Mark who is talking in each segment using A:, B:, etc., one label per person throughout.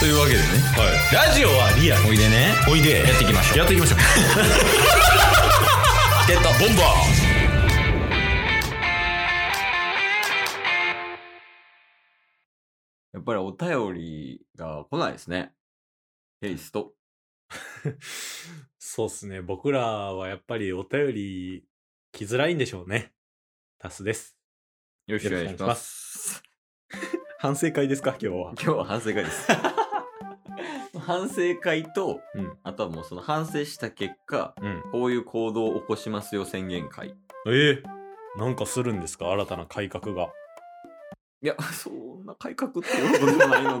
A: というわけでね、ラジオはリアおいでね
B: おいで
A: やっていきましょう
B: やっていきましょう
A: ゲットボンバーやっぱりお便りが来ないですね。ヘイスト。
B: そうっすね僕らはやっぱりお便り来づらいんでしょうねタスです
A: よろしくお願い
B: よ
A: し
B: ろしくお願いしま
A: ます。
B: 反省会ですか今日は
A: 今日は反省会 です。反省会と、
B: うん
A: あとはもうその反省した結果、
B: うん
A: こういう行動を起こしますよ宣言会。
B: えー、なんかするんですか新たな改革が
A: いや、そんな改革ってことでもない の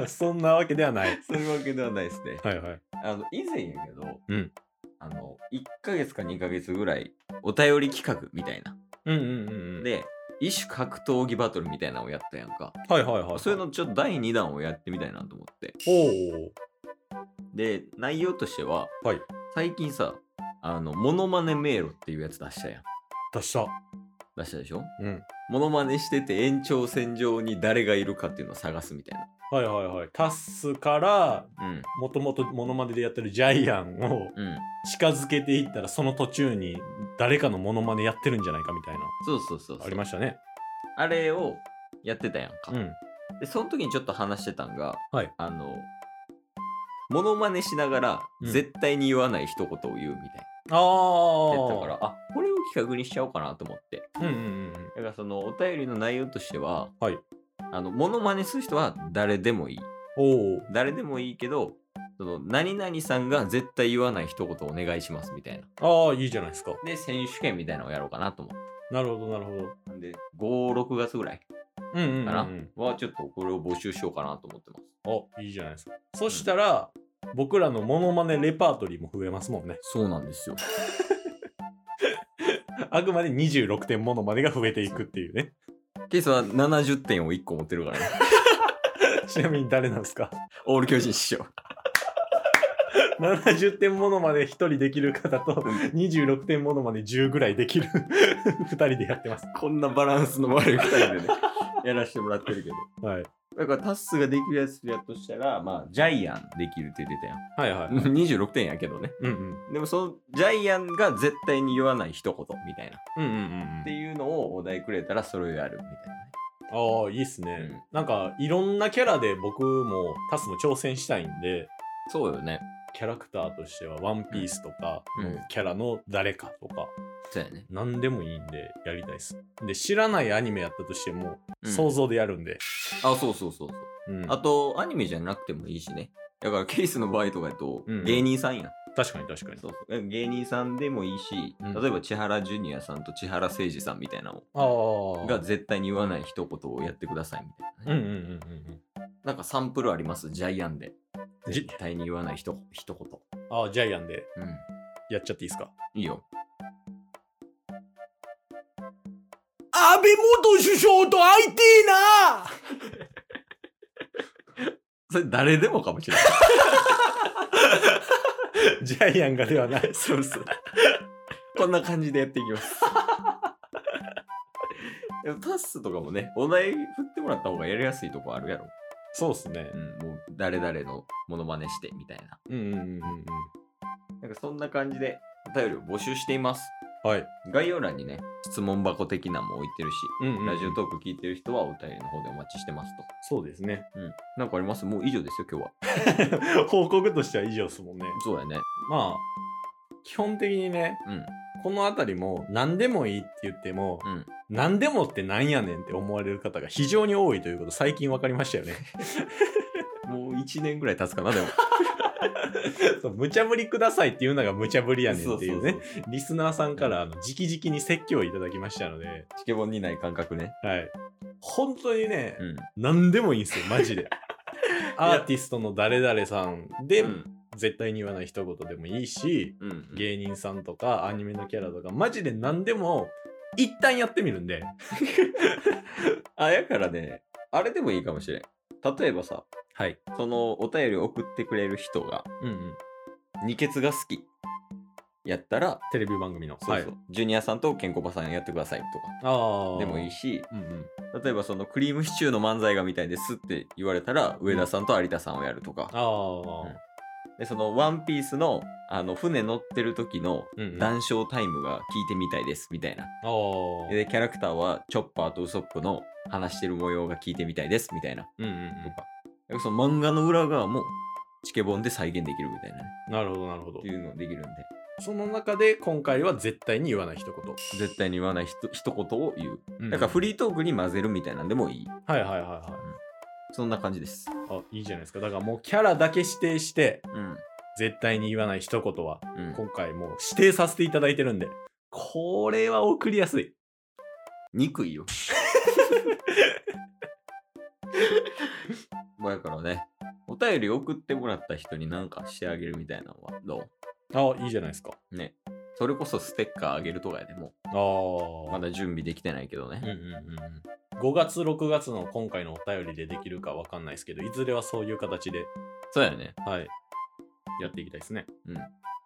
A: で、
B: そんなわけではない
A: そういうわけではないですね。
B: はいはい
A: あの以前やけど、
B: うん
A: あの1ヶ月か2ヶ月ぐらいお便り企画みたいな
B: うんうんうんうん
A: で異種格闘技バトルみたいなのをやったやんか
B: はいはいはい
A: そういうのちょっと第2弾をやってみたいなと思って
B: おお
A: で内容としては、
B: はい
A: 最近さあのモノマネ迷路っていうやつ出したやん
B: 出した
A: 出したでしょ
B: うん
A: モノマネしてて延長線上に誰がいるかっていうのを探すみたい
B: はいはいはいタスから
A: なうん
B: もともとモノマネでやってるジャイアンを
A: うん
B: 近づけていったらその途中に誰かのモノマネやってるんじゃないかみたいな
A: そうそうそうそう
B: ありましたね
A: あれをやってたやんか、
B: うん
A: でその時にちょっと話してたんが、
B: はい
A: あのモノマネしながら
B: うん
A: 絶対に言わない一言を言うみたい
B: あ
A: な、
B: あ
A: やったからあこれを企画にしちゃおうかなと思って
B: うんうんうんうん
A: だからそのお便りの内容としては、
B: はい
A: あのモノマネする人は誰でもいい
B: おお
A: 誰でもいいけどその何々さんが絶対言わない一言お願いしますみたいな
B: ああいいじゃないですか
A: で選手権みたいなのをやろうかなと思って
B: なるほどなるほど
A: なんで56月ぐらい
B: うんうん、うん、
A: かな、はちょっとこれを募集しようかなと思ってます
B: おいいじゃないですかそしたら、僕らのモノマネレパートリーも増えますもんね
A: そうなんですよ
B: あくまで26点モノマネが増えていくっていうね
A: ケイスは70点を1個持ってるからね。
B: ちなみに誰なんですか
A: オール巨人師匠。
B: 70点モノマネ1人できる方と26点モノマネ10ぐらいできる 2人でやってます
A: こんなバランスの悪い2人で ね、やらせてもらってるけど。
B: はい
A: だからタッスができるやつやとしたら、まあ、ジャイアンできるって言って
B: はいはい
A: たやん。26点やけどね。
B: うんうん
A: でもその、ジャイアンが絶対に言わない一言みたいな。っ
B: うんうんうん
A: ていうのをお題くれたら、それをやるみたいなね。
B: ああいいっすね、
A: うん
B: なんかいろんなキャラで僕もタスも挑戦したいんで
A: そうよね。
B: キャラクターとしては「ワンピースとか
A: うん
B: のキャラの誰かとか、
A: そうやね。
B: 何でもいいんでやりたいっすで知らないアニメやったとしても、
A: うん
B: 想像でやるんで、
A: あ、そうそうそうそう。
B: うん、
A: あと、アニメじゃなくてもいいしね。だから、ケイスの場合とかやと
B: うん、
A: 芸人さんやん。
B: 確かに確かに
A: そうそう芸人さんでもいいし、
B: うん
A: 例えば千原ジュニアさんと千原誠二さんみたいなの
B: ああ
A: が絶対に言わない一言をやってくださいみたいな、
B: うん
A: ね
B: うんうんうん
A: なんかサンプルありますジャイアンで
B: うんじ
A: 絶対に言わない一一言
B: ああジャイアンで
A: うん
B: やっちゃっていいっすか
A: いいよ
B: 安倍元首相と会いてえな
A: それ誰でもかもしれない
B: ジャイアンがではない
A: そうそうこんな感じでやっていきます でもタッスとかもねお題振ってもらった方がやりやすいとこあるやろ、
B: そうっすね
A: うん、もう誰々のモノマネしてみたいな
B: うんうんうんうん
A: なんかそんな感じでお便りを募集しています
B: うんはい、
A: 概要欄にね、質問箱的なのも置いてるし、
B: うんうん
A: ラジオトーク聞いてる人はお便りの方でお待ちしてますと。
B: そうです ね
A: うん。なんかありますもう以上ですよ、今日は。
B: 報告としては以上ですもんね。
A: そうやね。
B: まあ、基本的にね、
A: うん。
B: この辺りも何でもいいって言っても、
A: うん
B: 何でもってなんやねんって思われる方が非常に多いということ最近分かりま したよね。
A: もう1年ぐらい経つかな、で も。
B: そう無茶ぶりくださいっていうのが無茶ぶりやねんっていうね、
A: そうそうそう
B: リスナーさんからあの直々に説教をいただきましたので、
A: チケボンにない感覚ね。
B: はい。本当にね、
A: うん。
B: 何でもいいんですよ、マ ジで。アーティストの誰々さんで、
A: うん。
B: 絶対に言わない一言でもいいし、
A: うん。
B: 芸人さんとかアニメのキャラとかマジで何でも一旦やってみるんで
A: あ、やからね、あれでもいいかもしれん。例えばさ、
B: はい
A: そのお便りを送ってくれる人が、
B: うんうん
A: 二血が好き。やったら、
B: テレビ番組の。
A: そうそう、ジュニアさんとケンコバさんやってくださいとか
B: ああ。
A: でもいい
B: し。
A: し、
B: うんうん。
A: 例えばそのクリームシチューの漫才がみたいですって言われたら、上田さんと有田さんをやるとか、
B: ああ。
A: で、そのワンピースの、あの、船乗ってる時の
B: うんうん
A: 談笑タイムが聞いてみたいですみたいな。
B: ああ。
A: で、キャラクターはチョッパーとウソップの話してる模様が聞いてみたいですみたいな。
B: うんうんう
A: とか。でその漫画の裏側もチケボンで再現できるみたいなね。
B: ん。なるほど、なるほど
A: って。いうのできるんで、
B: その中で今回は絶対に言わない一
A: 絶対に言わないひと一言を言う。
B: 言。
A: だからフ
B: リ
A: リートークに混ぜるみたいなんでもいい。
B: はいはいはいは
A: そんな感じです。
B: い。あ、いいじゃないですか。だからもうキャラだけ指定して、
A: うん。
B: 絶対に言わない一言は、
A: うん、
B: 今回もう指定させていただいてるんで、これは送りやすい。
A: 憎 いよ。まあやからね、お便り送ってもらった人に何かしてあげるみたいなのはど
B: あ、いいじゃないですか。
A: うね。それこそステッカーあげるとかやでも
B: あ
A: う、
B: あ。
A: まだ準備できてないけどね。
B: うんうんうんうん。5月、6月の今回のお便りでできるかわかんないですけど、いずれはそういう形で、
A: そうやね。
B: はい、やっていきたいですね。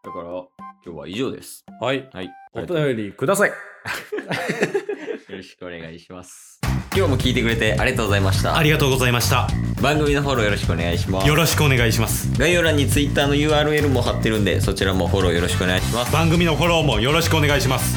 A: だから、今日は以上です。
B: はい。
A: はい。
B: お便りください。
A: よろしくお願いします。今日も聞いてくれてありがとうございました。
B: りがとうございました。
A: 番組のフォローよろしくお願いします。
B: ろしくお願いします。
A: 概要欄に Twitter の URL も貼ってるんで、そちらもフォローよろしくお願いします。
B: 番組のフォローもよろしくお願いします。